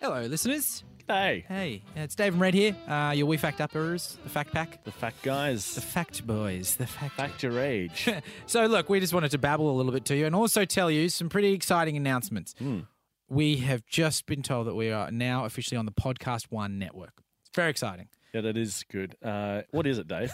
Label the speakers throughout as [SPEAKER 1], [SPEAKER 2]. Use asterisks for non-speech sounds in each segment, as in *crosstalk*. [SPEAKER 1] Hello, listeners.
[SPEAKER 2] Hey,
[SPEAKER 1] Hey, yeah, it's Dave and Red here. Uh, your We Fact Upperers, the Fact Pack,
[SPEAKER 2] the fat
[SPEAKER 1] the
[SPEAKER 2] guys.
[SPEAKER 1] Fact Boys, the Fact.
[SPEAKER 2] Fact your
[SPEAKER 1] *laughs*
[SPEAKER 2] age.
[SPEAKER 1] So, look, we just wanted to babble a little bit to you and also tell you some pretty exciting announcements. We have just been told that we are now officially on the Podcast One network. It's very exciting. *laughs*
[SPEAKER 2] yeah, that is good. Uh, what is it, Dave?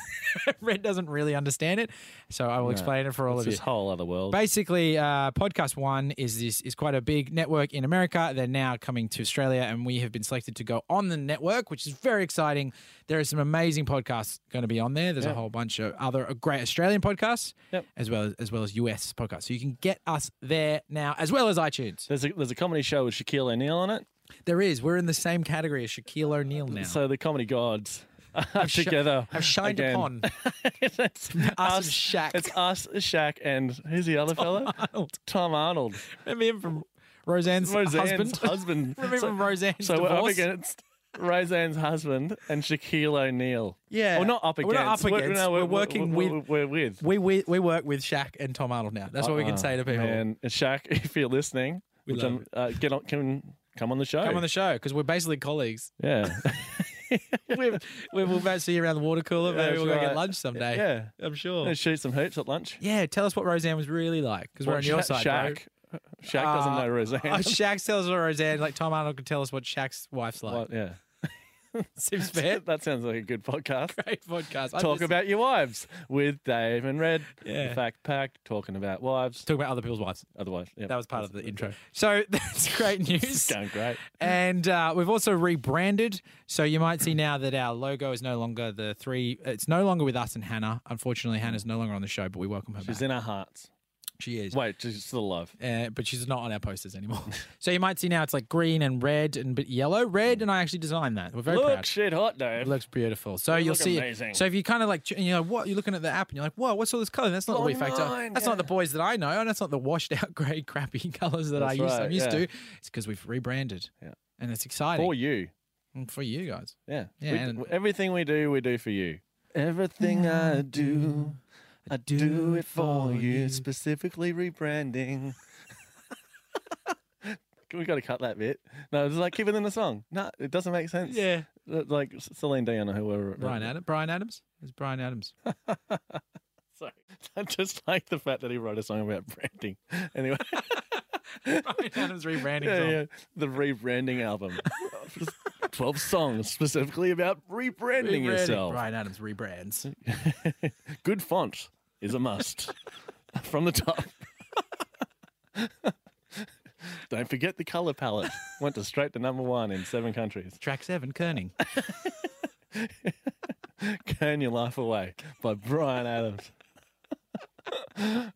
[SPEAKER 1] Red doesn't really understand it, so I will explain it for all
[SPEAKER 2] It's
[SPEAKER 1] of you.
[SPEAKER 2] this whole other world.
[SPEAKER 1] Basically, uh, Podcast One is this is quite a big network in America. They're now coming to Australia, and we have been selected to go on the network, which is very exciting. There are some amazing podcasts going to be on there. There's a whole bunch of other uh, great Australian podcasts,
[SPEAKER 2] Yep.
[SPEAKER 1] as well as as well as US podcasts. So you can get us there now, as well as iTunes.
[SPEAKER 2] There's a, there's a comedy show with Shaquille O'Neal on it.
[SPEAKER 1] There is. We're in the same category as Shaquille O'Neal now.
[SPEAKER 2] So the comedy gods *laughs* are together.
[SPEAKER 1] have shined
[SPEAKER 2] again.
[SPEAKER 1] upon
[SPEAKER 2] *laughs* it's
[SPEAKER 1] us, Shaq.
[SPEAKER 2] It's us, Shaq, and who's the other fellow?
[SPEAKER 1] Arnold.
[SPEAKER 2] Tom Arnold.
[SPEAKER 1] Remember him from Roseanne's,
[SPEAKER 2] Roseanne's
[SPEAKER 1] husband. *laughs*
[SPEAKER 2] husband.
[SPEAKER 1] Remember
[SPEAKER 2] So-
[SPEAKER 1] Roseanne's
[SPEAKER 2] So we're up
[SPEAKER 1] divorce?
[SPEAKER 2] against Roseanne's husband and Shaquille O'Neal.
[SPEAKER 1] Yeah.
[SPEAKER 2] Well, not up
[SPEAKER 1] We're
[SPEAKER 2] against.
[SPEAKER 1] not up against.
[SPEAKER 2] no,
[SPEAKER 1] We're working
[SPEAKER 2] we're,
[SPEAKER 1] with-
[SPEAKER 2] We're with.
[SPEAKER 1] We, we we work with Shaq and Tom Arnold now. That's what
[SPEAKER 2] Uh-uh.
[SPEAKER 1] we can say to people.
[SPEAKER 2] Uh, And Shaq, *laughs* if you're listening,
[SPEAKER 1] We
[SPEAKER 2] which
[SPEAKER 1] love
[SPEAKER 2] I'm- uh, get on, can come on the show.
[SPEAKER 1] Come on the show because we're basically
[SPEAKER 2] *laughs*
[SPEAKER 1] colleaaves. *laughs*
[SPEAKER 2] yeah,
[SPEAKER 1] we we will both see you around the water cooler.
[SPEAKER 2] Yeah,
[SPEAKER 1] Maybe we'll
[SPEAKER 2] that's
[SPEAKER 1] go get
[SPEAKER 2] right.
[SPEAKER 1] lunch someday.
[SPEAKER 2] yeah.
[SPEAKER 1] I'm sure.
[SPEAKER 2] Let's shoot some hoops at lunch.
[SPEAKER 1] Yeah, tell us what Roseanne was really like because we're
[SPEAKER 2] Well,
[SPEAKER 1] on your
[SPEAKER 2] Sha-
[SPEAKER 1] side. bro.
[SPEAKER 2] Shaq. Shaq doesn't
[SPEAKER 1] Uh, *laughs*
[SPEAKER 2] know Roseanne.
[SPEAKER 1] Oh, Shaq tells us what Roseanne like. Tom Arnold can tell us what Shaq's wife's like.
[SPEAKER 2] What? Yeah.
[SPEAKER 1] *laughs* Seems fair.
[SPEAKER 2] *laughs* That sounds like a good podcast.
[SPEAKER 1] Great podcast. *laughs* I
[SPEAKER 2] Talk
[SPEAKER 1] just-
[SPEAKER 2] about your wives with Dave and Red.
[SPEAKER 1] Yeah.
[SPEAKER 2] Fact pack, talking about wives.
[SPEAKER 1] talk about other people's wives.
[SPEAKER 2] Otherwise, yeah.
[SPEAKER 1] That was part of the intro. So *laughs* that's great
[SPEAKER 2] It's
[SPEAKER 1] news.
[SPEAKER 2] *laughs* going
[SPEAKER 1] *laughs*
[SPEAKER 2] great.
[SPEAKER 1] And uh, we've also rebranded. So you might see now that our logo is no longer the three, it's no longer with us and Hannah. Unfortunately, Hannah's no longer on the show, but we welcome her
[SPEAKER 2] She's
[SPEAKER 1] back.
[SPEAKER 2] in our hearts.
[SPEAKER 1] She is.
[SPEAKER 2] Wait, she's still alive.
[SPEAKER 1] Uh, but she's not on our posters anymore. *laughs* so you might see now it's like green and red and bit yellow. Red, and I actually designed that. We're very
[SPEAKER 2] Look,
[SPEAKER 1] proud.
[SPEAKER 2] shit hot, Dave.
[SPEAKER 1] It looks beautiful. So
[SPEAKER 2] They
[SPEAKER 1] you'll
[SPEAKER 2] look
[SPEAKER 1] see.
[SPEAKER 2] amazing.
[SPEAKER 1] So if you kind of like, you know, what you're looking at the app and you're like, whoa, what's all this color? That's not the
[SPEAKER 2] Long
[SPEAKER 1] wee factor.
[SPEAKER 2] line,
[SPEAKER 1] That's not the
[SPEAKER 2] yeah.
[SPEAKER 1] boys that I know, and that's not the washed out *laughs* grey crappy colors that I
[SPEAKER 2] That's
[SPEAKER 1] used. I'm
[SPEAKER 2] right,
[SPEAKER 1] used
[SPEAKER 2] yeah.
[SPEAKER 1] to. It's because we've rebranded.
[SPEAKER 2] Yeah.
[SPEAKER 1] And it's exciting
[SPEAKER 2] For you.
[SPEAKER 1] And for you guys.
[SPEAKER 2] Yeah.
[SPEAKER 1] Yeah,
[SPEAKER 2] We-
[SPEAKER 1] and-
[SPEAKER 2] everything we do, we do for you. Everything I do, I do it for you. Specifically rebranding. *laughs* we got to cut that bit. No, it's like keep it in the song. No, it doesn't make sense.
[SPEAKER 1] Yeah.
[SPEAKER 2] Uh, Like Celine Dion or whoever.
[SPEAKER 1] Brian Adams. Brian Adams. It's Brian Adams.
[SPEAKER 2] *laughs*
[SPEAKER 1] *laughs*
[SPEAKER 2] Sorry. I just like the fact that he wrote a song about branding. *laughs* Anyway.
[SPEAKER 1] Brian Adams rebranding.
[SPEAKER 2] Yeah,
[SPEAKER 1] song.
[SPEAKER 2] yeah. The rebranding *laughs* album. Just 12 songs specifically about rebranding,
[SPEAKER 1] Rebranding.
[SPEAKER 2] yourself.
[SPEAKER 1] Brian Adams rebrands.
[SPEAKER 2] Good font is a must *laughs* from the top. *laughs* Don't forget the color palette. Went to straight to number one in seven countries.
[SPEAKER 1] Track seven, Kerning.
[SPEAKER 2] Turn Your Life Away by Brian Adams.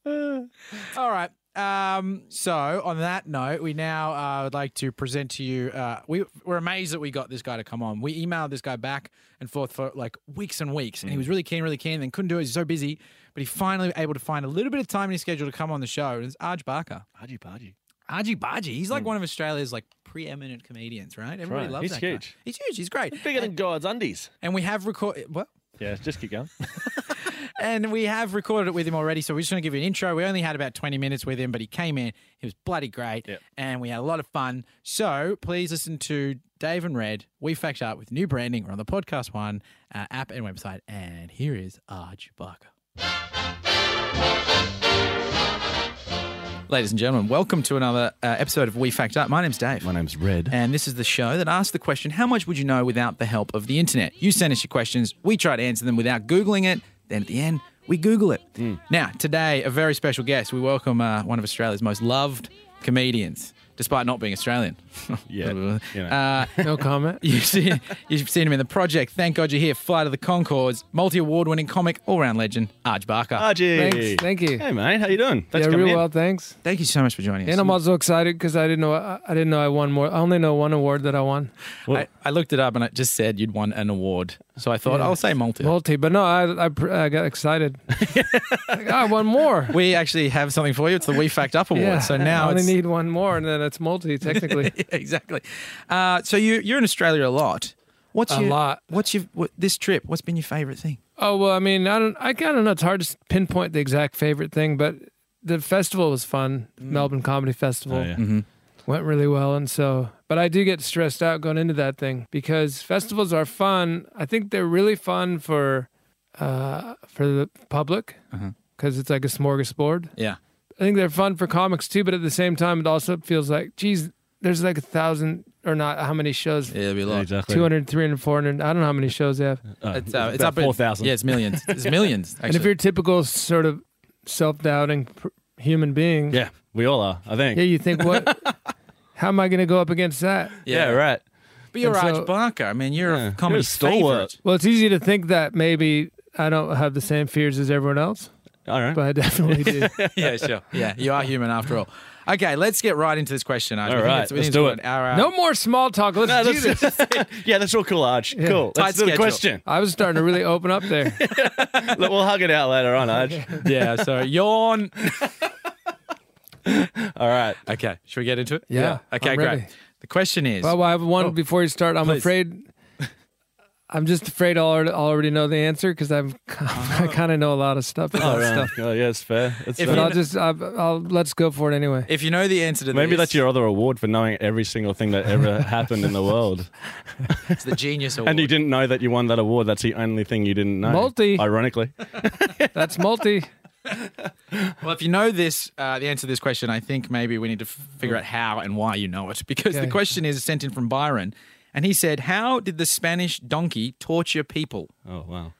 [SPEAKER 1] All right. Um, so on that note, we now uh, would like to present to you. Uh, we we're amazed that we got this guy to come on. We emailed this guy back and forth for like weeks and weeks, and he was really keen, really keen, and then couldn't do it. He's so busy, but he finally able to find a little bit of time in his schedule to come on the show. And it's Arj Barker,
[SPEAKER 2] Argy bargy.
[SPEAKER 1] Arj Barji. He's like one of Australia's like preeminent comedians, right? Everybody
[SPEAKER 2] right.
[SPEAKER 1] loves
[SPEAKER 2] He's
[SPEAKER 1] that
[SPEAKER 2] huge.
[SPEAKER 1] Guy. He's huge. He's great.
[SPEAKER 2] Bigger than God's undies.
[SPEAKER 1] And we have recorded. What?
[SPEAKER 2] Yeah, just keep going.
[SPEAKER 1] and we have recorded it with him already. So we're just going to give you an intro. We only had about 20 minutes with him, but he came in. He was bloody great.
[SPEAKER 2] Yep.
[SPEAKER 1] And we had a lot of fun. So please listen to Dave and Red. We fact up with new branding. We're on the Podcast One uh, app and website. And here is Arj Barker. Ladies and gentlemen, welcome to another uh, episode of We Fact Up. My name's Dave.
[SPEAKER 2] name's Red.
[SPEAKER 1] And this is the show that asks the question how much would you know without the help of the internet? You send us your questions, we try to answer them without Googling it. Then at the end, we Google it.
[SPEAKER 2] Hmm.
[SPEAKER 1] Now, today, a very special guest. We welcome uh, one of Australia's most loved comedians, despite not being Australian.
[SPEAKER 2] *laughs* Yeah,
[SPEAKER 1] *laughs*
[SPEAKER 2] you know.
[SPEAKER 1] Uh,
[SPEAKER 3] No *laughs* comment.
[SPEAKER 1] You've seen, you've seen him in The Project. Thank God you're here. Flight of the Concords, multi award winning comic, all round legend, Arj Barker.
[SPEAKER 2] Argy.
[SPEAKER 3] Thanks. Thank you.
[SPEAKER 2] Hey, mate. How you doing? Thanks
[SPEAKER 3] yeah,
[SPEAKER 2] for coming
[SPEAKER 3] real
[SPEAKER 2] in.
[SPEAKER 3] well. Thanks.
[SPEAKER 1] Thank you so much for joining us.
[SPEAKER 3] And I'm also excited because I didn't know I, I didn't know I won more. I only know one award that I won,
[SPEAKER 1] I, I looked it up and it just said you'd won an award. So I thought,
[SPEAKER 3] Yeah.
[SPEAKER 1] I'll say multi.
[SPEAKER 3] multi. But no, I I, pr- I got excited. like, I won more.
[SPEAKER 1] We actually have something for you. It's the We Fact Up Award.
[SPEAKER 3] Yeah.
[SPEAKER 1] So now
[SPEAKER 3] I only
[SPEAKER 1] it's
[SPEAKER 3] need one more, and then it's
[SPEAKER 1] *laughs*
[SPEAKER 3] multi technically.
[SPEAKER 1] Yeah, *laughs* exactly. Uh, so you you're in Australia a lot. What's
[SPEAKER 3] A
[SPEAKER 1] your,
[SPEAKER 3] lot.
[SPEAKER 1] What's your what, this trip? What's been your favorite thing?
[SPEAKER 3] oh well, I mean, I don't. I kind of know. It's hard to s- pinpoint the exact favorite thing, but the festival was fun. Melbourne Comedy Festival.
[SPEAKER 2] Oh, yeah.
[SPEAKER 1] Mhm.
[SPEAKER 3] went really well. And so, but I do get stressed out going into that thing because festivals are fun. I think they're really fun for uh, for the public
[SPEAKER 1] Mhm.
[SPEAKER 3] because it's like a smorgasbord.
[SPEAKER 1] Yeah.
[SPEAKER 3] I think they're fun for comics too, but at the same time, it also feels like, geez, there's like a thousand or not how many shows.
[SPEAKER 1] Yeah, it'll be a
[SPEAKER 2] Yeah,
[SPEAKER 1] lot.
[SPEAKER 2] exactly.
[SPEAKER 3] 200, 300, 400. I don't know how many shows they have.
[SPEAKER 2] Oh,
[SPEAKER 1] It's, uh, it's
[SPEAKER 2] about
[SPEAKER 1] up at-
[SPEAKER 2] 4,000.
[SPEAKER 1] Yeah, it's millions. It's millions. Actually.
[SPEAKER 3] And if you're a typical sort of self doubting pr- human being,
[SPEAKER 2] Yeah, we all are, I think.
[SPEAKER 3] yeah, you think, what? how am I going to go up against that?
[SPEAKER 2] Yeah, right.
[SPEAKER 1] But you're
[SPEAKER 3] And
[SPEAKER 1] Raj
[SPEAKER 3] so-
[SPEAKER 1] Barker. I mean, you're
[SPEAKER 2] Yeah.
[SPEAKER 1] a comedy
[SPEAKER 2] You're a stalwart.
[SPEAKER 1] favorite.
[SPEAKER 3] Well, it's easy to think that maybe I don't have the same fears as everyone else,
[SPEAKER 2] All right.
[SPEAKER 3] but I definitely do.
[SPEAKER 1] *laughs* yeah, sure. Yeah, you are human after all. Okay, let's get right into this question. Arj.
[SPEAKER 2] All
[SPEAKER 1] We think
[SPEAKER 2] right,
[SPEAKER 1] it's- we
[SPEAKER 2] let's
[SPEAKER 1] think
[SPEAKER 2] do
[SPEAKER 1] it's
[SPEAKER 2] it.
[SPEAKER 1] an hour out.
[SPEAKER 3] No more small talk. Let's
[SPEAKER 2] No,
[SPEAKER 3] do
[SPEAKER 2] that's,
[SPEAKER 3] this.
[SPEAKER 2] *laughs* yeah, that's all cool, Arch.
[SPEAKER 3] Yeah.
[SPEAKER 2] Cool.
[SPEAKER 1] Tight
[SPEAKER 2] Let's do the
[SPEAKER 1] schedule.
[SPEAKER 2] question.
[SPEAKER 3] I was starting to really open up there.
[SPEAKER 2] Look, we'll hug it out later on, Arch.
[SPEAKER 1] Yeah, so yawn. *laughs*
[SPEAKER 2] All right.
[SPEAKER 1] Okay, should we get into it?
[SPEAKER 3] Yeah,
[SPEAKER 1] Okay,
[SPEAKER 3] I'm
[SPEAKER 1] great.
[SPEAKER 3] ready.
[SPEAKER 1] The question is
[SPEAKER 3] Well, I have one
[SPEAKER 1] Oh,
[SPEAKER 3] before you start. I'm
[SPEAKER 1] please.
[SPEAKER 3] afraid. I'm just afraid I already, already know the answer because I'm *laughs* I kind of know a lot of stuff about
[SPEAKER 2] All right.
[SPEAKER 3] stuff.
[SPEAKER 2] Oh, yeah, it's fair. It's
[SPEAKER 1] If
[SPEAKER 2] fair.
[SPEAKER 3] But I'll just I'll, I'll let's go for it anyway.
[SPEAKER 1] if you know the answer to this,
[SPEAKER 2] Maybe that's your other award for knowing every single thing
[SPEAKER 1] *laughs*
[SPEAKER 2] that ever happened in the world.
[SPEAKER 1] it's the
[SPEAKER 2] *laughs*
[SPEAKER 1] genius award.
[SPEAKER 2] And you didn't know that you won that award. That's the only thing you didn't know.
[SPEAKER 3] Multi.
[SPEAKER 2] Ironically.
[SPEAKER 3] That's multi.
[SPEAKER 1] Well, if you know this, uh, the answer to this question, I think maybe we need to f- figure out how and why you know it. *laughs* Because
[SPEAKER 3] Okay.
[SPEAKER 1] the question is sent in from Byron, and he said, "How did the Spanish donkey torture people?"
[SPEAKER 2] Oh, wow.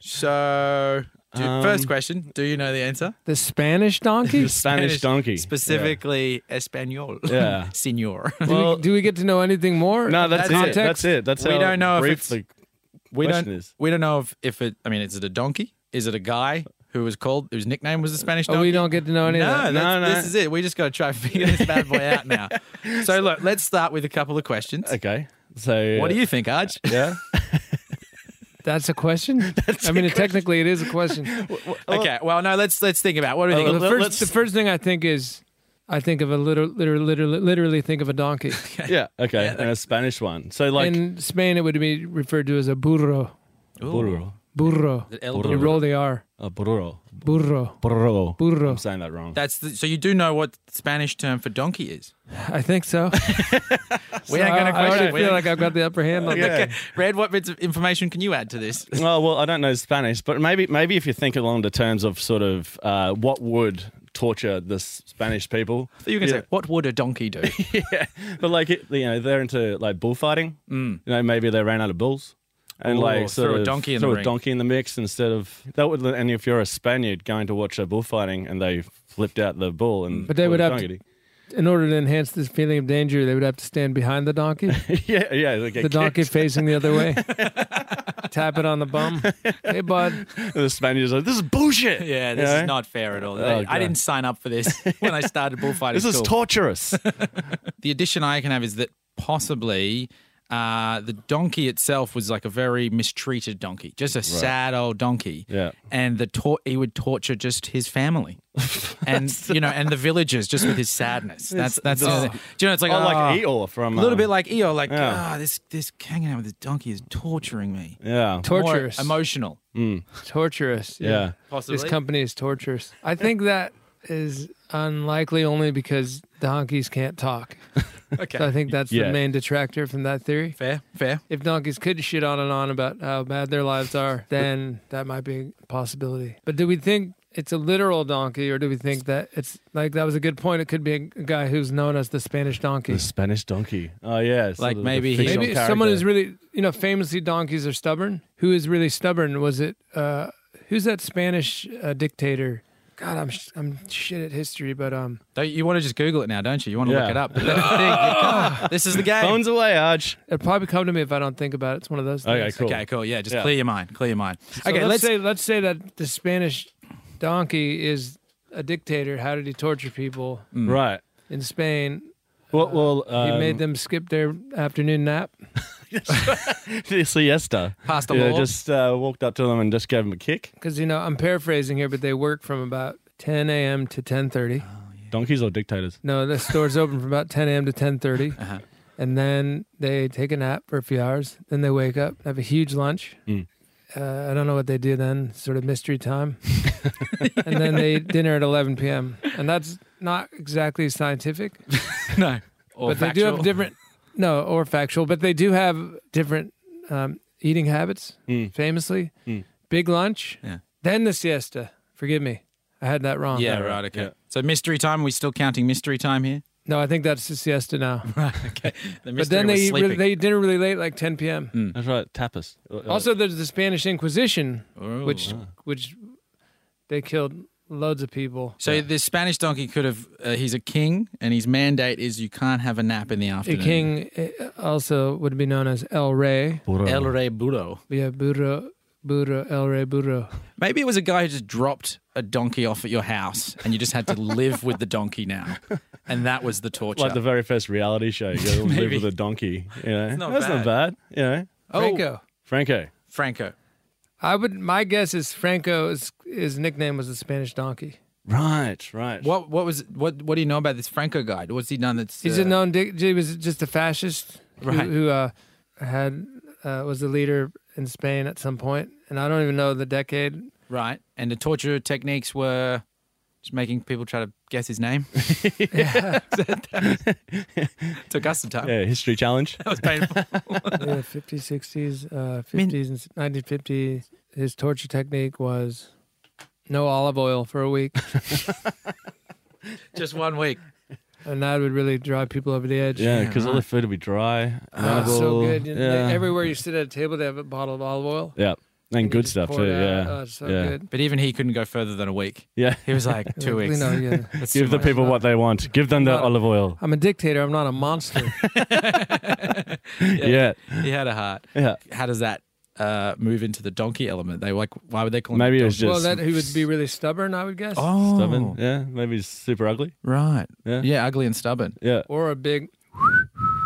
[SPEAKER 1] So, do,
[SPEAKER 2] Um,
[SPEAKER 1] first question: Do you know the answer?
[SPEAKER 3] The Spanish donkey.
[SPEAKER 2] The Spanish donkey.
[SPEAKER 1] specifically Espanol,
[SPEAKER 2] *laughs* Yeah.
[SPEAKER 1] *laughs*
[SPEAKER 2] *laughs*
[SPEAKER 1] Senor.
[SPEAKER 3] Do,
[SPEAKER 2] Well-
[SPEAKER 3] we, do we get to know anything more?
[SPEAKER 2] No, that's,
[SPEAKER 3] That's
[SPEAKER 2] it.
[SPEAKER 3] context.
[SPEAKER 2] That's it. That's
[SPEAKER 1] We
[SPEAKER 2] how
[SPEAKER 1] don't know if
[SPEAKER 2] brief
[SPEAKER 1] it's-
[SPEAKER 2] the
[SPEAKER 1] we
[SPEAKER 2] question
[SPEAKER 1] don't.
[SPEAKER 2] is.
[SPEAKER 1] We don't know if, if it. I mean, is it a donkey? Is it a guy who was called whose nickname was the Spanish donkey?
[SPEAKER 3] Oh, we don't get to know any
[SPEAKER 1] no,
[SPEAKER 3] of that.
[SPEAKER 1] that's,
[SPEAKER 2] No, no.
[SPEAKER 1] this is it. We just got to try *laughs* and figure this bad boy out *laughs* now. So look, let's start with a couple of questions.
[SPEAKER 2] Okay. So.
[SPEAKER 1] What do you think, Arch?
[SPEAKER 2] Yeah.
[SPEAKER 3] That's a question. I mean, technically, it is a question.
[SPEAKER 1] okay, *laughs* well, no, let's let's think about it. what do we
[SPEAKER 3] Well,
[SPEAKER 1] think?
[SPEAKER 3] the
[SPEAKER 2] let-
[SPEAKER 3] first,
[SPEAKER 2] let's-
[SPEAKER 3] the first thing I think is, I think of a literally, literally, literally think of a donkey.
[SPEAKER 2] Yeah. Okay. and a Spanish one. So, like.
[SPEAKER 3] In Spain, it would be referred to as a burro.
[SPEAKER 2] burro.
[SPEAKER 3] Burro.
[SPEAKER 1] The El
[SPEAKER 3] You
[SPEAKER 1] Burro.
[SPEAKER 3] roll the R.
[SPEAKER 2] A burro.
[SPEAKER 3] Burro.
[SPEAKER 2] Burro.
[SPEAKER 3] Burro.
[SPEAKER 2] I'm saying that wrong.
[SPEAKER 1] That's the, so you do know what the Spanish term for donkey *laughs* is.
[SPEAKER 3] I think *laughs* so.
[SPEAKER 1] We ain't gonna
[SPEAKER 3] I I
[SPEAKER 1] question.
[SPEAKER 3] already
[SPEAKER 1] we
[SPEAKER 3] feel
[SPEAKER 1] ain't-
[SPEAKER 3] like I've got the upper hand on that.
[SPEAKER 2] Yeah.
[SPEAKER 1] okay, *laughs* Red, what bits of information can you add to *laughs* this?
[SPEAKER 2] Oh well, I don't know Spanish, but maybe maybe if you think along the terms of sort of uh, what would torture the s- Spanish people,
[SPEAKER 1] You can say, what would a donkey do?
[SPEAKER 2] but like it, you know they're into like bullfighting. Mm. You know maybe they ran out of bulls, and
[SPEAKER 1] Ooh,
[SPEAKER 2] like sort
[SPEAKER 1] threw a
[SPEAKER 2] of
[SPEAKER 1] donkey in the
[SPEAKER 2] threw a
[SPEAKER 1] ring.
[SPEAKER 2] donkey in the mix instead of that would. And if you're a Spaniard going to watch a bullfighting and they flipped out the bull and
[SPEAKER 3] But they
[SPEAKER 2] put
[SPEAKER 3] would
[SPEAKER 2] a
[SPEAKER 3] have
[SPEAKER 2] donkey- *laughs*
[SPEAKER 3] In order to enhance this feeling of danger, they would have to stand behind the donkey,
[SPEAKER 2] yeah yeah they get
[SPEAKER 3] the donkey facing the other way. Tap it on the bum. Hey, bud.
[SPEAKER 2] kicked. the Spaniards are like this is bullshit
[SPEAKER 1] *laughs* Yeah,
[SPEAKER 2] you
[SPEAKER 1] this
[SPEAKER 2] know?
[SPEAKER 1] is not fair at all.
[SPEAKER 2] Oh,
[SPEAKER 1] I
[SPEAKER 2] God.
[SPEAKER 1] didn't sign up for this *laughs* when I started bullfighting.
[SPEAKER 2] this is
[SPEAKER 1] school. *laughs*
[SPEAKER 2] torturous Oh,
[SPEAKER 1] the addition I can have is that possibly uh, the donkey itself was like a very mistreated donkey, just a sad old donkey.
[SPEAKER 2] Yeah.
[SPEAKER 1] And the tor- he would torture just his
[SPEAKER 2] *laughs*
[SPEAKER 1] family, and you know, and the villagers just with his sadness. That's that's. the other thing. Do you know, it's like
[SPEAKER 2] oh
[SPEAKER 1] "Ah."
[SPEAKER 2] like Eeyore from
[SPEAKER 1] a little
[SPEAKER 2] um,
[SPEAKER 1] bit like Eeyore, like ah,
[SPEAKER 2] Yeah.
[SPEAKER 1] this this hanging out with the donkey is torturing me.
[SPEAKER 2] yeah
[SPEAKER 1] More
[SPEAKER 3] Torturous.
[SPEAKER 1] emotional,
[SPEAKER 3] torturous.
[SPEAKER 2] yeah.
[SPEAKER 1] possibly.
[SPEAKER 3] This company is torturous. I think that is unlikely only because donkeys can't talk. So I
[SPEAKER 1] okay,
[SPEAKER 3] think that's
[SPEAKER 2] Yeah.
[SPEAKER 3] the main detractor from that theory.
[SPEAKER 1] fair, fair.
[SPEAKER 3] If donkeys could shit on and on about how bad their
[SPEAKER 2] *laughs*
[SPEAKER 3] lives are, then that might be a possibility. But do we think it's a literal donkey, or do we think that it's like that was a good point? It could be a guy who's known as the Spanish donkey.
[SPEAKER 2] The Spanish donkey. Oh yeah, it's
[SPEAKER 1] Like,
[SPEAKER 2] sort of
[SPEAKER 1] maybe
[SPEAKER 2] the
[SPEAKER 1] he-
[SPEAKER 2] fictional
[SPEAKER 3] Maybe someone
[SPEAKER 2] character.
[SPEAKER 3] who's really, you know, famously donkeys are stubborn. Who is really stubborn? Was it uh, who's that Spanish uh, dictator? God, I'm sh- I'm shit at history, but um,
[SPEAKER 1] Don't, you want to just Google it now, don't you? You want to look
[SPEAKER 2] Yeah.
[SPEAKER 1] it up. But that's the thing. Ah,
[SPEAKER 2] *laughs*
[SPEAKER 1] this is the game.
[SPEAKER 2] phones away, Arch.
[SPEAKER 3] it'll probably come to me if I don't think about it. It's one of those. Things.
[SPEAKER 2] Okay, cool.
[SPEAKER 1] Okay, cool. Yeah, just
[SPEAKER 2] Yeah.
[SPEAKER 1] clear your mind. Clear your mind.
[SPEAKER 3] So
[SPEAKER 1] okay, let's.
[SPEAKER 3] let's, say let's say that the Spanish donkey is a dictator. How did he torture people
[SPEAKER 1] Mm.
[SPEAKER 2] Right.
[SPEAKER 3] in Spain?
[SPEAKER 2] Well, well um,
[SPEAKER 3] He made them skip their afternoon nap.
[SPEAKER 2] *laughs* the siesta.
[SPEAKER 1] Pasta
[SPEAKER 2] You know,
[SPEAKER 1] law.
[SPEAKER 2] just uh, walked up to them and just gave them a kick.
[SPEAKER 3] Because you know, I'm paraphrasing here, but they work from about 10 a.m. to 10:30.
[SPEAKER 2] Donkeys or dictators?
[SPEAKER 3] No, the store's open from about 10 a.m. to 10:30,
[SPEAKER 1] Uh-huh.
[SPEAKER 3] and then they take a nap for a few hours. Then they wake up, have a huge lunch.
[SPEAKER 2] Mm.
[SPEAKER 3] Uh, I don't know what they do then, sort of mystery time, and then they eat dinner at 11 p.m. And that's not exactly scientific,
[SPEAKER 1] *laughs* no. Or
[SPEAKER 3] but they do have
[SPEAKER 1] factual.
[SPEAKER 3] different. No, or factual, but they do have different um, eating habits.
[SPEAKER 2] Mm.
[SPEAKER 3] Famously,
[SPEAKER 2] Mm.
[SPEAKER 3] big lunch,
[SPEAKER 1] Hmm. Yeah.
[SPEAKER 3] then the siesta. Forgive me, I had that
[SPEAKER 1] *laughs*
[SPEAKER 3] wrong.
[SPEAKER 1] Yeah, right. Okay.
[SPEAKER 2] Yeah.
[SPEAKER 1] So mystery time. Are we still counting mystery time here? *laughs*
[SPEAKER 3] No, I think that's the siesta now.
[SPEAKER 1] Right. Okay. The mystery
[SPEAKER 3] but then
[SPEAKER 1] was
[SPEAKER 3] they eat really,
[SPEAKER 1] sleeping. Mm.
[SPEAKER 3] they eat dinner really late, like 10 p.m.
[SPEAKER 2] That's right. Tapas. Uh,
[SPEAKER 3] Also, there's the Spanish Inquisition,
[SPEAKER 1] Ooh. uh.
[SPEAKER 3] which which they killed loads of people.
[SPEAKER 1] So the Spanish donkey could have. Uh, he's a king, and his mandate is you can't have a nap in the
[SPEAKER 3] A
[SPEAKER 1] afternoon.
[SPEAKER 3] king uh, also would be known as El Rey.
[SPEAKER 1] El Rey Burro.
[SPEAKER 3] Yeah, burro, burro, El Rey burro.
[SPEAKER 1] Maybe it was a guy who just dropped a donkey off at your house, and you just
[SPEAKER 3] *laughs*
[SPEAKER 1] had to live with the donkey now, and that was the torture.
[SPEAKER 2] like the very first reality show. You gotta live
[SPEAKER 1] Maybe.
[SPEAKER 2] with a donkey. You know?
[SPEAKER 1] not
[SPEAKER 2] That's not bad. You know?
[SPEAKER 1] oh,
[SPEAKER 3] Franco.
[SPEAKER 2] Franco.
[SPEAKER 1] Franco.
[SPEAKER 3] I would. My guess is Franco's his nickname was the Spanish donkey.
[SPEAKER 2] Right, right.
[SPEAKER 1] What what was what what do you know about this Franco guy? What's he done? That's
[SPEAKER 3] He's
[SPEAKER 1] uh,
[SPEAKER 3] a known. Dick, he was just a fascist who,
[SPEAKER 1] Right.
[SPEAKER 3] who uh, had uh, was the leader in Spain at some point, and I don't even know the
[SPEAKER 2] *laughs*
[SPEAKER 3] decade.
[SPEAKER 1] right. And the torture techniques were just making people try to guess his
[SPEAKER 2] *laughs*
[SPEAKER 1] name. *laughs* Took us some time.
[SPEAKER 2] Yeah, history challenge.
[SPEAKER 3] *laughs*
[SPEAKER 1] That was painful.
[SPEAKER 3] yeah, 50s, 60s, uh, 50s,
[SPEAKER 1] mean-
[SPEAKER 3] and 1950s. His torture technique was no olive oil for a
[SPEAKER 2] *laughs*
[SPEAKER 3] week,
[SPEAKER 1] *laughs* just one week.
[SPEAKER 3] and that would really drive people over the edge.
[SPEAKER 2] Yeah,
[SPEAKER 1] Yeah,
[SPEAKER 2] because all the
[SPEAKER 1] right.
[SPEAKER 2] food would be dry.
[SPEAKER 3] Oh, it's so
[SPEAKER 2] edible.
[SPEAKER 3] good. You-
[SPEAKER 2] Yeah.
[SPEAKER 3] Everywhere you sit at a table, they have a bottle of olive oil.
[SPEAKER 2] Yeah. And,
[SPEAKER 3] you
[SPEAKER 2] good
[SPEAKER 3] just
[SPEAKER 2] stuff
[SPEAKER 3] pour
[SPEAKER 2] too.
[SPEAKER 3] it out.
[SPEAKER 2] Yeah.
[SPEAKER 3] Oh, it's so
[SPEAKER 2] yeah.
[SPEAKER 3] good.
[SPEAKER 1] But even he couldn't go further than a week.
[SPEAKER 3] *laughs*
[SPEAKER 2] Yeah.
[SPEAKER 1] He was like two
[SPEAKER 3] Like, you
[SPEAKER 1] weeks. *laughs*
[SPEAKER 3] know, yeah.
[SPEAKER 1] That's
[SPEAKER 2] Give
[SPEAKER 1] too
[SPEAKER 2] the
[SPEAKER 1] much.
[SPEAKER 2] people what they want. Give them that
[SPEAKER 3] Not-
[SPEAKER 2] olive
[SPEAKER 3] *laughs*
[SPEAKER 2] oil.
[SPEAKER 3] I'm a dictator. I'm not a monster.
[SPEAKER 2] *laughs*
[SPEAKER 1] Yeah.
[SPEAKER 2] Yeah.
[SPEAKER 1] He had a heart.
[SPEAKER 2] Yeah.
[SPEAKER 1] How does that uh, move into the donkey element? They were like why would they call him
[SPEAKER 2] Maybe
[SPEAKER 1] a
[SPEAKER 2] it was
[SPEAKER 1] donkey?
[SPEAKER 2] just
[SPEAKER 3] well, that he would be really stubborn, I would guess,
[SPEAKER 1] oh
[SPEAKER 2] stubborn. Yeah. Maybe he's super ugly.
[SPEAKER 1] right
[SPEAKER 2] Yeah.
[SPEAKER 1] yeah ugly and stubborn.
[SPEAKER 2] Yeah.
[SPEAKER 3] or a big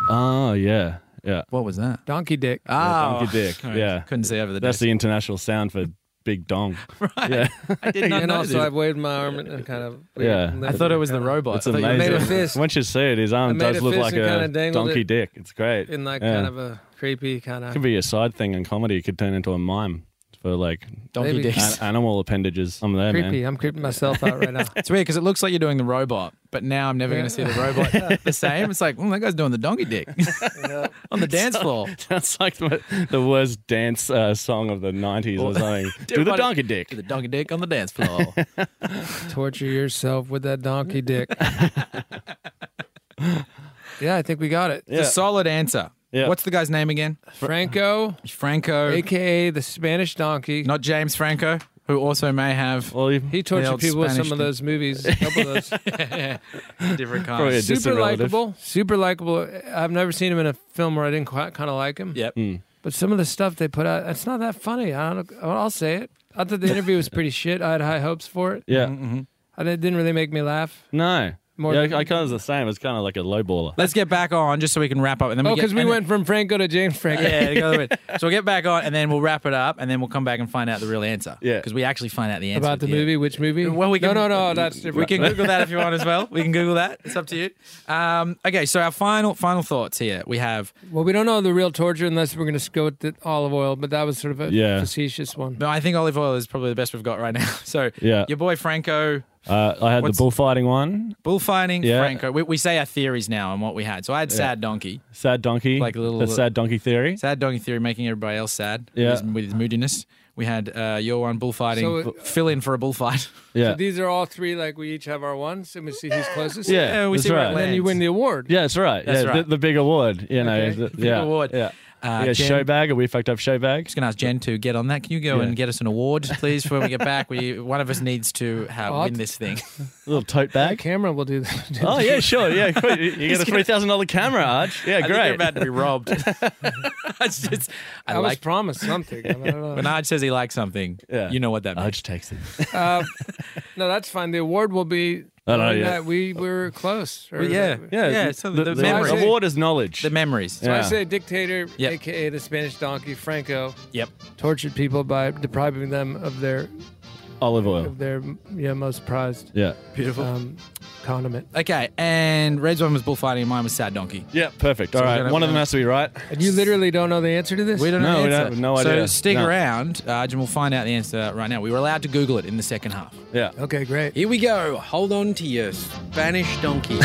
[SPEAKER 2] Oh, yeah. Yeah.
[SPEAKER 1] What was that?
[SPEAKER 3] donkey dick.
[SPEAKER 1] Ah,
[SPEAKER 2] donkey
[SPEAKER 3] *laughs*
[SPEAKER 2] dick.
[SPEAKER 1] Alright.
[SPEAKER 2] Yeah.
[SPEAKER 1] Couldn't see over the
[SPEAKER 2] That's
[SPEAKER 1] desk.
[SPEAKER 2] the international sound for big
[SPEAKER 3] *laughs*
[SPEAKER 2] dong.
[SPEAKER 1] Right.
[SPEAKER 2] Yeah.
[SPEAKER 1] I *laughs* did not
[SPEAKER 3] and
[SPEAKER 1] know
[SPEAKER 3] also,
[SPEAKER 1] this.
[SPEAKER 3] I've waved my arm and kind of.
[SPEAKER 2] Yeah.
[SPEAKER 3] and
[SPEAKER 1] I thought it was the robot.
[SPEAKER 2] It's
[SPEAKER 1] I thought you were-
[SPEAKER 3] made a
[SPEAKER 2] amazing.
[SPEAKER 3] fist.
[SPEAKER 2] Once you see it, his
[SPEAKER 3] I
[SPEAKER 2] arm
[SPEAKER 3] made
[SPEAKER 2] does
[SPEAKER 3] a
[SPEAKER 2] look
[SPEAKER 3] fist
[SPEAKER 2] like
[SPEAKER 3] and
[SPEAKER 2] a
[SPEAKER 3] kinda dangled
[SPEAKER 2] donkey
[SPEAKER 3] it
[SPEAKER 2] dick. It's great.
[SPEAKER 3] in like
[SPEAKER 2] Yeah.
[SPEAKER 3] kind of a creepy kind
[SPEAKER 2] It could
[SPEAKER 3] of.
[SPEAKER 2] be a side thing in comedy. It could turn into a mime for like
[SPEAKER 1] Donkey
[SPEAKER 3] Maybe.
[SPEAKER 1] dicks.
[SPEAKER 2] an-
[SPEAKER 3] *laughs*
[SPEAKER 2] animal appendages. I'm there,
[SPEAKER 3] Creepy.
[SPEAKER 2] man.
[SPEAKER 3] I'm creeping myself out right now.
[SPEAKER 1] It's weird because it looks like you're doing the robot, but now I'm never going to see the robot the same. It's like, oh, that guy's doing the donkey dick *laughs* on the dance floor.
[SPEAKER 2] *laughs* That's like the, the worst dance uh, song of the 90s or
[SPEAKER 3] *laughs*
[SPEAKER 1] Well,
[SPEAKER 2] something.
[SPEAKER 1] dude,
[SPEAKER 2] Do the
[SPEAKER 1] why don't-
[SPEAKER 2] donkey dick.
[SPEAKER 1] The donkey dick on the dance floor.
[SPEAKER 3] Torture yourself with that donkey dick. yeah, I think we got it.
[SPEAKER 1] It's
[SPEAKER 2] Yeah.
[SPEAKER 1] a solid answer.
[SPEAKER 2] Yeah.
[SPEAKER 1] What's the guy's name again?
[SPEAKER 3] Franco,
[SPEAKER 1] Franco,
[SPEAKER 3] aka the Spanish donkey.
[SPEAKER 1] not James Franco, who also may have
[SPEAKER 2] well, you
[SPEAKER 3] He
[SPEAKER 1] The
[SPEAKER 3] tortured
[SPEAKER 1] old
[SPEAKER 3] people with
[SPEAKER 1] Spanish
[SPEAKER 3] some of those movies. A couple of those.
[SPEAKER 1] *laughs* different
[SPEAKER 2] Probably a
[SPEAKER 1] kinds.
[SPEAKER 2] Just
[SPEAKER 3] super
[SPEAKER 2] relative.
[SPEAKER 3] likable. Super likable. I've never seen him in a film where I didn't quite kind of like him.
[SPEAKER 1] Yep.
[SPEAKER 3] But some of the stuff they put out, it's not that funny. I don't. I'll say it. I thought the interview was pretty shit. I had high hopes for it.
[SPEAKER 2] yeah.
[SPEAKER 3] I didn't- it didn't really make me laugh.
[SPEAKER 2] No.
[SPEAKER 3] Mm-hmm. More
[SPEAKER 2] yeah, I
[SPEAKER 3] than-
[SPEAKER 2] kind of the same. It's kind of like a low baller.
[SPEAKER 1] Let's get back on just so we can wrap up. And then
[SPEAKER 3] Oh,
[SPEAKER 1] we get-
[SPEAKER 3] because we
[SPEAKER 1] and-
[SPEAKER 3] went from Franco to Jane
[SPEAKER 1] *laughs*
[SPEAKER 3] Franco.
[SPEAKER 1] Yeah, the other way. So we'll get back on and then we'll wrap it up and then we'll come back and find out the real answer.
[SPEAKER 2] Yeah.
[SPEAKER 1] Because we actually find out the answer.
[SPEAKER 3] *laughs* About
[SPEAKER 1] at
[SPEAKER 3] the
[SPEAKER 1] end.
[SPEAKER 3] movie, which movie?
[SPEAKER 1] Well, we can-
[SPEAKER 3] no, no, no. That's different.
[SPEAKER 1] We can Google that if you want as well. We can Google that. It's up to you. Um, okay, so our final final thoughts here. We have.
[SPEAKER 3] Well, we don't know the real torture unless we're going to go with the olive oil, but that was sort of a
[SPEAKER 2] Yeah.
[SPEAKER 3] facetious one.
[SPEAKER 1] No, I think olive oil is probably the best we've got right now. *laughs* So
[SPEAKER 2] Yeah.
[SPEAKER 1] your boy Franco,
[SPEAKER 2] Uh, I had
[SPEAKER 1] What's-
[SPEAKER 2] the bullfighting one,
[SPEAKER 1] bullfighting
[SPEAKER 2] Yeah.
[SPEAKER 1] Franco. We, we say our theories now and what we had. So I had sad donkey,
[SPEAKER 2] sad donkey,
[SPEAKER 1] Like a little-
[SPEAKER 2] the sad donkey theory.
[SPEAKER 1] sad donkey theory, making everybody else sad
[SPEAKER 2] Yeah.
[SPEAKER 1] with, his, with his moodiness. We had uh, your one bullfighting,
[SPEAKER 3] So it-
[SPEAKER 1] fill in for a bullfight.
[SPEAKER 2] Yeah,
[SPEAKER 3] These are all three, like we each have our ones, and we see who's
[SPEAKER 2] *laughs*
[SPEAKER 3] closest.
[SPEAKER 2] yeah,
[SPEAKER 1] Yeah, we
[SPEAKER 2] that's
[SPEAKER 1] see where it
[SPEAKER 2] right.
[SPEAKER 1] lands.
[SPEAKER 3] And you win the award.
[SPEAKER 2] Yeah, that's right.
[SPEAKER 1] That's
[SPEAKER 2] yeah,
[SPEAKER 1] right.
[SPEAKER 2] The, the big award. You know,
[SPEAKER 3] Okay.
[SPEAKER 2] the,
[SPEAKER 1] big
[SPEAKER 2] yeah,
[SPEAKER 1] award.
[SPEAKER 2] Yeah,
[SPEAKER 1] Uh,
[SPEAKER 2] yeah.
[SPEAKER 1] Jen-
[SPEAKER 2] Showbag. Are we fucked up showbag?
[SPEAKER 1] just gonna ask Jen to get on that. Can you go
[SPEAKER 2] Yeah.
[SPEAKER 1] and get us an award, please, for when we get back? We one of us needs to uh,
[SPEAKER 3] Odd.
[SPEAKER 1] win this thing.
[SPEAKER 2] A little tote
[SPEAKER 3] The
[SPEAKER 2] bag.
[SPEAKER 3] camera will do that.
[SPEAKER 2] Oh yeah, sure.
[SPEAKER 1] *laughs*
[SPEAKER 2] Yeah, cool. you you get a three thousand dollar camera, Arch. Yeah,
[SPEAKER 1] I think you're
[SPEAKER 2] great.
[SPEAKER 1] about to be robbed. *laughs* It's just- I
[SPEAKER 3] I was
[SPEAKER 1] like *laughs*
[SPEAKER 3] promised something. I don't
[SPEAKER 1] when
[SPEAKER 3] know.
[SPEAKER 1] Arj says he likes something.
[SPEAKER 2] Yeah.
[SPEAKER 1] you know what that means.
[SPEAKER 2] Arch takes it.
[SPEAKER 3] Uh, no, that's fine. The award will be.
[SPEAKER 2] I know,
[SPEAKER 3] knowing
[SPEAKER 2] yeah.
[SPEAKER 3] that we were close. or
[SPEAKER 1] But yeah,
[SPEAKER 3] that-
[SPEAKER 2] Yeah,
[SPEAKER 1] Yeah,
[SPEAKER 2] th-
[SPEAKER 1] so
[SPEAKER 2] the,
[SPEAKER 1] the
[SPEAKER 2] the
[SPEAKER 1] memory.
[SPEAKER 2] award is knowledge.
[SPEAKER 1] The memories.
[SPEAKER 3] So I
[SPEAKER 2] Yeah.
[SPEAKER 3] say dictator,
[SPEAKER 1] Yep.
[SPEAKER 3] aka the Spanish donkey Franco,
[SPEAKER 1] Yep.
[SPEAKER 3] tortured people by depriving them of their
[SPEAKER 2] Olive oil.
[SPEAKER 3] of their yeah most prized.
[SPEAKER 2] Yeah.
[SPEAKER 1] Beautiful.
[SPEAKER 3] Um, condiment.
[SPEAKER 1] Uh, Okay, and Red's one was bullfighting, and mine was sad donkey.
[SPEAKER 2] Yeah, perfect. All
[SPEAKER 1] we're
[SPEAKER 2] right,
[SPEAKER 1] gonna-
[SPEAKER 2] one of them
[SPEAKER 1] we're
[SPEAKER 2] has to be right.
[SPEAKER 3] And you literally don't know the answer to this?
[SPEAKER 1] We don't
[SPEAKER 2] No,
[SPEAKER 1] know
[SPEAKER 2] we
[SPEAKER 1] the
[SPEAKER 2] don't
[SPEAKER 1] answer.
[SPEAKER 2] have no
[SPEAKER 1] So
[SPEAKER 2] idea.
[SPEAKER 1] stick
[SPEAKER 2] No.
[SPEAKER 1] around, uh, and we'll find out the answer right now. We were allowed to Google it in the second half.
[SPEAKER 2] Yeah.
[SPEAKER 3] Okay, great.
[SPEAKER 4] Here we go. Hold on to your Spanish donkey.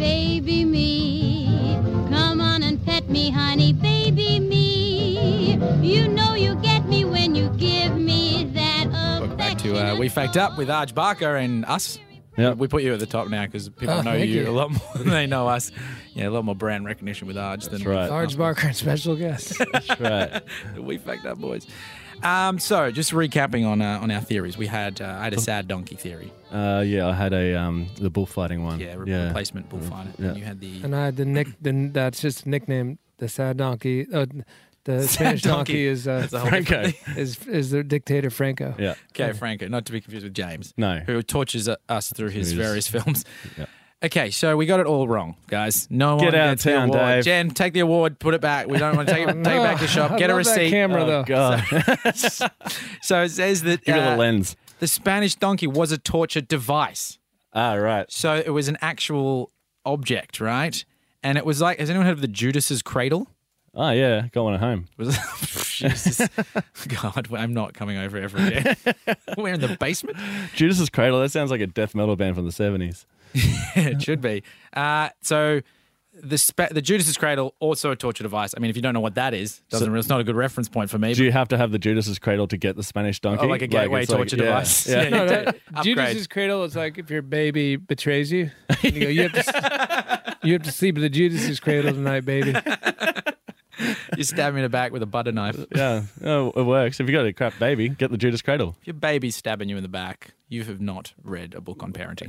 [SPEAKER 5] Baby me, come on and pet me, honey. Baby me, you know you get me when you give me that
[SPEAKER 1] Welcome back to uh, We Faked Up with Arj Barker and us.
[SPEAKER 2] Yeah.
[SPEAKER 1] We put you at the top now because people
[SPEAKER 3] Oh,
[SPEAKER 1] know
[SPEAKER 3] thank
[SPEAKER 1] you,
[SPEAKER 3] you.
[SPEAKER 1] a lot more *laughs* than they know us. Yeah, a lot more brand recognition with Arj than
[SPEAKER 2] right.
[SPEAKER 3] Sarge Barker and special
[SPEAKER 1] *laughs*
[SPEAKER 3] guest.
[SPEAKER 2] That's right.
[SPEAKER 1] we faked up, boys. Um, so just recapping on uh, on our theories, we had uh, I had a sad donkey theory.
[SPEAKER 2] Uh, yeah, I had a um the bullfighting one.
[SPEAKER 1] Yeah, re-
[SPEAKER 2] *laughs*
[SPEAKER 1] replacement bullfighter.
[SPEAKER 2] Yeah.
[SPEAKER 1] And you had the
[SPEAKER 3] and I had the nick, the, that's just nickname, the sad donkey. Uh, the Spanish donkey,
[SPEAKER 1] donkey.
[SPEAKER 3] is, uh,
[SPEAKER 1] That's a whole
[SPEAKER 2] Franco.
[SPEAKER 1] different thing.
[SPEAKER 3] is is the dictator Franco.
[SPEAKER 2] Yeah.
[SPEAKER 1] *laughs* Okay, Franco, not to be confused with James.
[SPEAKER 2] No.
[SPEAKER 1] who tortures u- us through his
[SPEAKER 2] Who's-
[SPEAKER 1] various films.
[SPEAKER 2] *laughs* Yeah.
[SPEAKER 1] Okay, so we got it all wrong, guys. No
[SPEAKER 2] Get
[SPEAKER 1] one
[SPEAKER 2] out of
[SPEAKER 1] gets
[SPEAKER 2] town,
[SPEAKER 1] the award.
[SPEAKER 2] Dave.
[SPEAKER 1] Jen, take the award, put it back. We don't want to
[SPEAKER 2] *laughs*
[SPEAKER 1] take it, take it back to shop.
[SPEAKER 3] I
[SPEAKER 1] Get a
[SPEAKER 3] love that
[SPEAKER 1] receipt.
[SPEAKER 3] camera,
[SPEAKER 2] Oh
[SPEAKER 3] though.
[SPEAKER 2] God. *laughs*
[SPEAKER 1] So it says that
[SPEAKER 2] Give it
[SPEAKER 1] uh,
[SPEAKER 2] a lens.
[SPEAKER 1] the Spanish donkey was a torture device.
[SPEAKER 2] Ah, right.
[SPEAKER 1] So it was an actual object, right? And it was like, has anyone heard of the Judas's cradle? *laughs*
[SPEAKER 2] Oh yeah, got one at home.
[SPEAKER 1] Was Jesus, God, I'm not coming over every day. *laughs* We're in the basement. *laughs*
[SPEAKER 2] Judas's Cradle. That sounds like a death metal band from the seventies.
[SPEAKER 1] it should be. Uh, so the spe- the Judas's cradle also a torture device. I mean, if you don't know what that is, doesn't it's not a good reference point for me.
[SPEAKER 2] Do you have to have the Judas's Cradle to get the Spanish donkey?
[SPEAKER 1] Oh, like a gateway
[SPEAKER 2] it's
[SPEAKER 1] torture device. *laughs* Yeah.
[SPEAKER 2] Yeah.
[SPEAKER 3] *laughs*
[SPEAKER 2] yeah.
[SPEAKER 3] No, that,
[SPEAKER 1] Upgrade.
[SPEAKER 3] Judas's cradle is like if your baby
[SPEAKER 2] *laughs*
[SPEAKER 3] betrays you, and you, go, you, have to, s- you have to sleep in the Judas's cradle tonight, baby.
[SPEAKER 1] but you stab me in the back with a butter knife. If
[SPEAKER 2] Yeah. No, it works. If you got a crap baby, get the Judas Cradle.
[SPEAKER 1] your baby's stabbing you in the back, you have not read a book on parenting.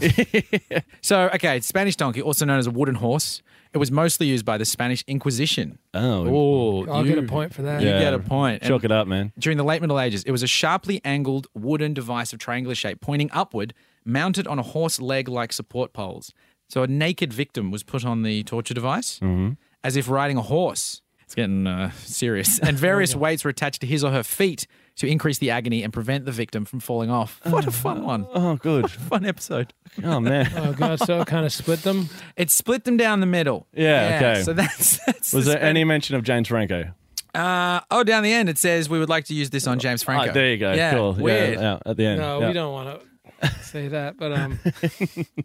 [SPEAKER 2] *laughs*
[SPEAKER 1] So, okay, Spanish donkey, also known as a wooden horse, it was mostly used by the Spanish Inquisition.
[SPEAKER 2] Oh,
[SPEAKER 1] Oh,
[SPEAKER 3] I'll
[SPEAKER 1] you,
[SPEAKER 3] get a point for that.
[SPEAKER 1] You
[SPEAKER 2] Yeah.
[SPEAKER 1] get a point. And
[SPEAKER 2] chalk it up, man.
[SPEAKER 1] During the late Middle Ages, it was a sharply angled wooden device of triangular shape pointing upward, mounted on a horse leg like support poles. So a naked victim was put on the torture device
[SPEAKER 2] Mm-hmm.
[SPEAKER 1] as if riding a horse. It's getting uh,
[SPEAKER 2] *laughs*
[SPEAKER 1] serious. And various weights were attached to his or her feet to increase the agony and prevent the victim from falling off. What a fun
[SPEAKER 2] *laughs*
[SPEAKER 1] one.
[SPEAKER 2] Oh,
[SPEAKER 1] *laughs*
[SPEAKER 2] good.
[SPEAKER 1] Fun episode.
[SPEAKER 2] Oh man.
[SPEAKER 3] Oh god, so it kind of split them.
[SPEAKER 1] It split them down the middle.
[SPEAKER 2] Yeah, okay.
[SPEAKER 1] So that's, *laughs* that's
[SPEAKER 2] Was
[SPEAKER 1] the
[SPEAKER 2] there
[SPEAKER 1] span-
[SPEAKER 2] any mention of James Franco?
[SPEAKER 1] Uh, oh, down the end it says we would like to use this on James Franco.
[SPEAKER 2] Ah, there you go.
[SPEAKER 1] Yeah,
[SPEAKER 2] cool. Yeah,
[SPEAKER 1] Weird.
[SPEAKER 2] Yeah, at the end. *laughs*
[SPEAKER 3] No,
[SPEAKER 2] yeah.
[SPEAKER 3] we don't want to say that, but um,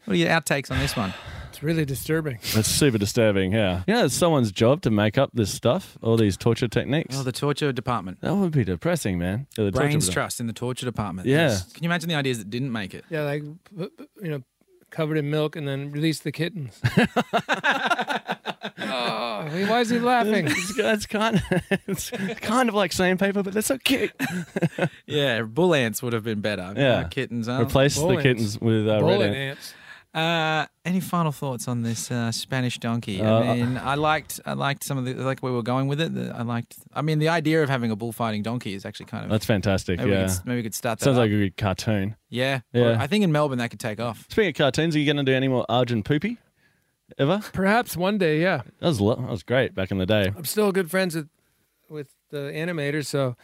[SPEAKER 1] What are your outtakes on this one?
[SPEAKER 3] it's really disturbing.
[SPEAKER 2] That's super disturbing. Yeah. You know, it's someone's job to make up this stuff, all these torture techniques.
[SPEAKER 1] Oh, the torture department.
[SPEAKER 2] that would be depressing, man. Yeah, the torture
[SPEAKER 1] Brains
[SPEAKER 2] was-
[SPEAKER 1] trust in the torture department.
[SPEAKER 2] Yeah.
[SPEAKER 1] That's- Can you imagine the ideas that didn't make it?
[SPEAKER 3] Yeah, like p- p- you know, covered in milk and then release the
[SPEAKER 2] *laughs*
[SPEAKER 3] kittens. oh, I mean, why is he laughing?
[SPEAKER 2] It's, it's kind of, *laughs* it's kind of like sandpaper, but they're so cute.
[SPEAKER 1] Yeah, bull ants would have been better.
[SPEAKER 2] Yeah.
[SPEAKER 1] Uh, kittens. Aren't.
[SPEAKER 2] Replace
[SPEAKER 3] Bull
[SPEAKER 2] the
[SPEAKER 3] ants.
[SPEAKER 2] kittens with uh, red
[SPEAKER 3] Bullet
[SPEAKER 2] ant.
[SPEAKER 3] ants.
[SPEAKER 1] Uh, any final thoughts on this uh, Spanish donkey? I
[SPEAKER 2] Uh,
[SPEAKER 1] mean, I liked, I liked some of the like where we were going with it. The- I liked. I mean, the idea of having a bullfighting donkey is actually kind of.
[SPEAKER 2] That's fantastic.
[SPEAKER 1] maybe, we
[SPEAKER 2] yeah.
[SPEAKER 1] could, maybe we could start that.
[SPEAKER 2] Sounds
[SPEAKER 1] up.
[SPEAKER 2] like a good cartoon.
[SPEAKER 1] yeah.
[SPEAKER 2] Yeah.
[SPEAKER 1] I think in Melbourne that could take
[SPEAKER 2] *laughs*
[SPEAKER 1] off.
[SPEAKER 2] Speaking of cartoons, are you going to do any more Arjun Poopy? Ever?
[SPEAKER 3] Perhaps one day, yeah.
[SPEAKER 2] That was, lo- that was great back in the day.
[SPEAKER 3] I'm still good friends with with the animators, so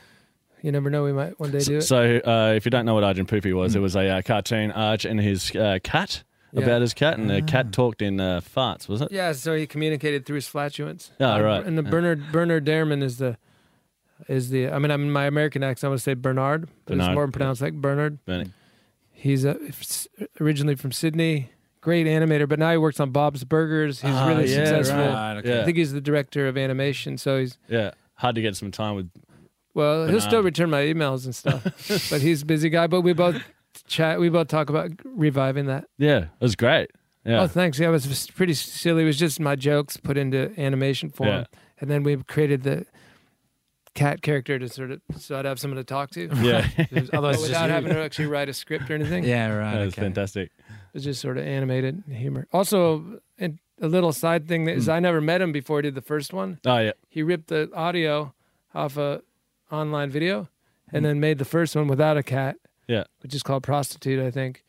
[SPEAKER 3] you never know. We might one day do it.
[SPEAKER 2] So, uh, if you don't know what Arjun Poopy was, it was a uh, cartoon Arj and his uh, cat
[SPEAKER 3] Yeah.
[SPEAKER 2] about his cat, and
[SPEAKER 1] Ah.
[SPEAKER 2] the cat talked in uh, farts, was it?
[SPEAKER 3] yeah, so he communicated through his flatulence.
[SPEAKER 2] Oh,
[SPEAKER 3] Uh,
[SPEAKER 2] right.
[SPEAKER 3] And the
[SPEAKER 2] Yeah.
[SPEAKER 3] Bernard Bernard Derriman is the is the. I mean, I'm my American accent. I would say Bernard, but
[SPEAKER 2] Bernard.
[SPEAKER 3] it's more pronounced like Bernard.
[SPEAKER 2] Bernie.
[SPEAKER 3] He's uh, s- originally from Sydney. Great animator, but now he works on Bob's Burgers. He's
[SPEAKER 2] Ah,
[SPEAKER 3] really
[SPEAKER 2] yeah,
[SPEAKER 3] successful.
[SPEAKER 1] right, okay.
[SPEAKER 2] Yeah.
[SPEAKER 3] I think he's the director of animation, so he's
[SPEAKER 2] Yeah. Hard to get some time with.
[SPEAKER 3] well. He'll
[SPEAKER 2] Bernard.
[SPEAKER 3] still return my emails and stuff, but he's a busy guy. But we both chat. We both talk about reviving that.
[SPEAKER 2] Yeah, it was great. Yeah.
[SPEAKER 3] Oh, thanks. Yeah, it was just pretty silly. It was just my jokes put into animation form,
[SPEAKER 2] Yeah.
[SPEAKER 3] and then we created the cat character to sort of so I'd have someone to talk to,
[SPEAKER 2] *laughs* *laughs*
[SPEAKER 3] *laughs*
[SPEAKER 2] yeah.
[SPEAKER 1] Otherwise,
[SPEAKER 3] but
[SPEAKER 1] it's just
[SPEAKER 3] without
[SPEAKER 1] you.
[SPEAKER 3] having to actually write a script or anything.
[SPEAKER 1] Yeah. Right.
[SPEAKER 2] that was
[SPEAKER 1] okay.
[SPEAKER 2] fantastic.
[SPEAKER 3] It was just sort of animated humor. Also, and a little side thing is
[SPEAKER 2] Hmm.
[SPEAKER 3] I never met him before I did the first one.
[SPEAKER 2] Oh, yeah.
[SPEAKER 3] He ripped the audio off a online video, and then made the first one without a cat.
[SPEAKER 2] Hmm. Yeah.
[SPEAKER 3] which is called prostitute, I think.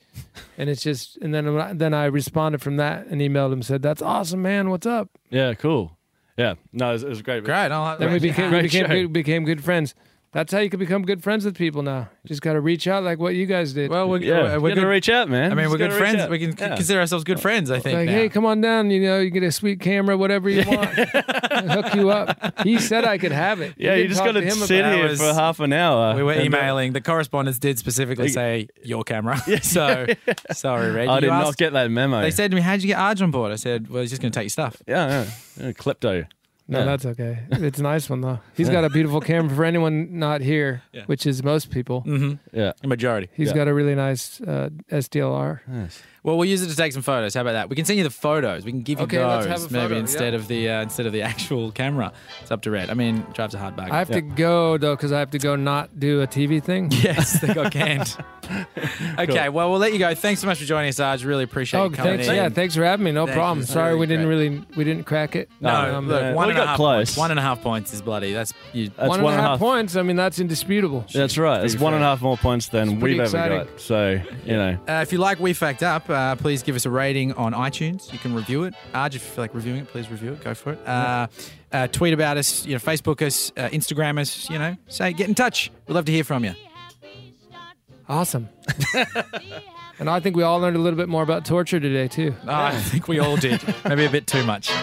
[SPEAKER 3] And it's just, and then when I- then I responded from that and emailed him said, "That's awesome, man. What's up?"
[SPEAKER 2] Yeah, cool. Yeah. No, it was, it was great.
[SPEAKER 1] Great. I'll,
[SPEAKER 3] Then we became we
[SPEAKER 2] Great *laughs*
[SPEAKER 3] became
[SPEAKER 2] show.
[SPEAKER 3] good, became good friends. That's how you can become good friends with people now. You just got to reach out like what you guys did.
[SPEAKER 1] Well, we're,
[SPEAKER 2] Yeah,
[SPEAKER 1] we're,
[SPEAKER 2] we're
[SPEAKER 1] we're
[SPEAKER 2] gonna
[SPEAKER 1] good.
[SPEAKER 2] reach out, man.
[SPEAKER 1] I mean,
[SPEAKER 2] Just
[SPEAKER 1] we're good
[SPEAKER 2] gotta reach
[SPEAKER 1] friends.
[SPEAKER 2] out.
[SPEAKER 1] We can c-
[SPEAKER 2] Yeah.
[SPEAKER 1] consider ourselves good friends. I think.
[SPEAKER 3] like,
[SPEAKER 1] now.
[SPEAKER 3] hey, come on down. You know, you get a sweet camera,
[SPEAKER 2] *laughs*
[SPEAKER 3] whatever you want. hook you up. He said I could have it.
[SPEAKER 2] Yeah, you
[SPEAKER 3] can
[SPEAKER 2] just
[SPEAKER 3] talk
[SPEAKER 2] got
[SPEAKER 3] to
[SPEAKER 2] to
[SPEAKER 3] him about
[SPEAKER 2] sit
[SPEAKER 3] it.
[SPEAKER 1] it.
[SPEAKER 2] here
[SPEAKER 1] That
[SPEAKER 2] for
[SPEAKER 1] was-
[SPEAKER 2] half an hour.
[SPEAKER 1] We were
[SPEAKER 2] and, uh,
[SPEAKER 1] emailing. The correspondents did specifically say your camera. *laughs* so sorry, Red.
[SPEAKER 2] I
[SPEAKER 1] You
[SPEAKER 2] did not
[SPEAKER 1] asked-
[SPEAKER 2] get that memo.
[SPEAKER 1] They said to me, "How'd you get Arj on board?" I said, "Well, he's just going to take your stuff."
[SPEAKER 2] yeah, yeah, yeah, klepto.
[SPEAKER 3] No,
[SPEAKER 2] Yeah.
[SPEAKER 3] that's okay. It's a nice one though. He's got a beautiful camera for anyone not here,
[SPEAKER 1] Yeah.
[SPEAKER 3] which is most people.
[SPEAKER 1] Mm-hmm.
[SPEAKER 2] Yeah.
[SPEAKER 1] The majority.
[SPEAKER 3] He's
[SPEAKER 2] Yeah.
[SPEAKER 3] got a really nice uh, SDLR.
[SPEAKER 1] Well, we'll use it to take some photos. How about that? We can send you the photos. We can give you
[SPEAKER 3] Okay,
[SPEAKER 1] those
[SPEAKER 3] let's have a
[SPEAKER 1] maybe
[SPEAKER 3] photo,
[SPEAKER 1] instead
[SPEAKER 3] yeah.
[SPEAKER 1] of the uh, instead of the actual camera. It's up to Red. I mean, drives a hard bargain.
[SPEAKER 3] I have to go though because I have to go not do a TV thing.
[SPEAKER 1] Yes, they got
[SPEAKER 3] *laughs*
[SPEAKER 1] canned. *laughs* okay, well, we'll let you go. Thanks so much for joining us, Arj. Really appreciate
[SPEAKER 3] Oh,
[SPEAKER 1] you coming
[SPEAKER 3] thanks.
[SPEAKER 1] in.
[SPEAKER 3] Yeah, thanks for having me. No
[SPEAKER 1] Thank
[SPEAKER 3] problem.
[SPEAKER 1] you.
[SPEAKER 3] Sorry, we
[SPEAKER 1] Really
[SPEAKER 3] didn't
[SPEAKER 1] great.
[SPEAKER 3] really we didn't crack it.
[SPEAKER 1] No,
[SPEAKER 3] Um,
[SPEAKER 1] Oh, look,
[SPEAKER 2] yeah.
[SPEAKER 1] one
[SPEAKER 2] We
[SPEAKER 1] and a
[SPEAKER 2] got
[SPEAKER 1] half
[SPEAKER 2] close. Uh,
[SPEAKER 1] Points. One and a half points is bloody. That's you.
[SPEAKER 2] That's
[SPEAKER 3] one and a half points. I mean, that's indisputable.
[SPEAKER 2] That's right. It's one and a half more points than
[SPEAKER 3] pretty
[SPEAKER 2] we've ever
[SPEAKER 3] exciting.
[SPEAKER 2] got. So you know,
[SPEAKER 1] Uh, if you like We Fact Up, uh, please give us a rating on iTunes. You can review it. Arj, if you feel like reviewing it, please review it. Go for it. Uh, uh, tweet about us. You know, Facebook us, uh, Instagram us. You know, say get in touch. We'd love to hear *laughs* from you.
[SPEAKER 3] Awesome. and I think we all learned a little bit more about torture today too.
[SPEAKER 1] Oh, I think we all did. Maybe a bit too much.